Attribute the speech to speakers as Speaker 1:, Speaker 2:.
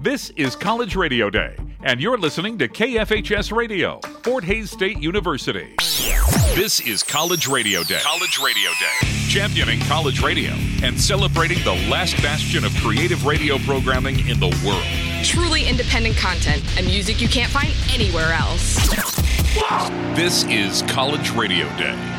Speaker 1: This is College Radio Day, and you're listening to KFHS Radio, Fort Hays State University. This is College Radio Day. College Radio Day. Championing college radio and celebrating the last bastion of creative radio programming in the world.
Speaker 2: Truly independent content and music you can't find anywhere else.
Speaker 1: This is College Radio Day.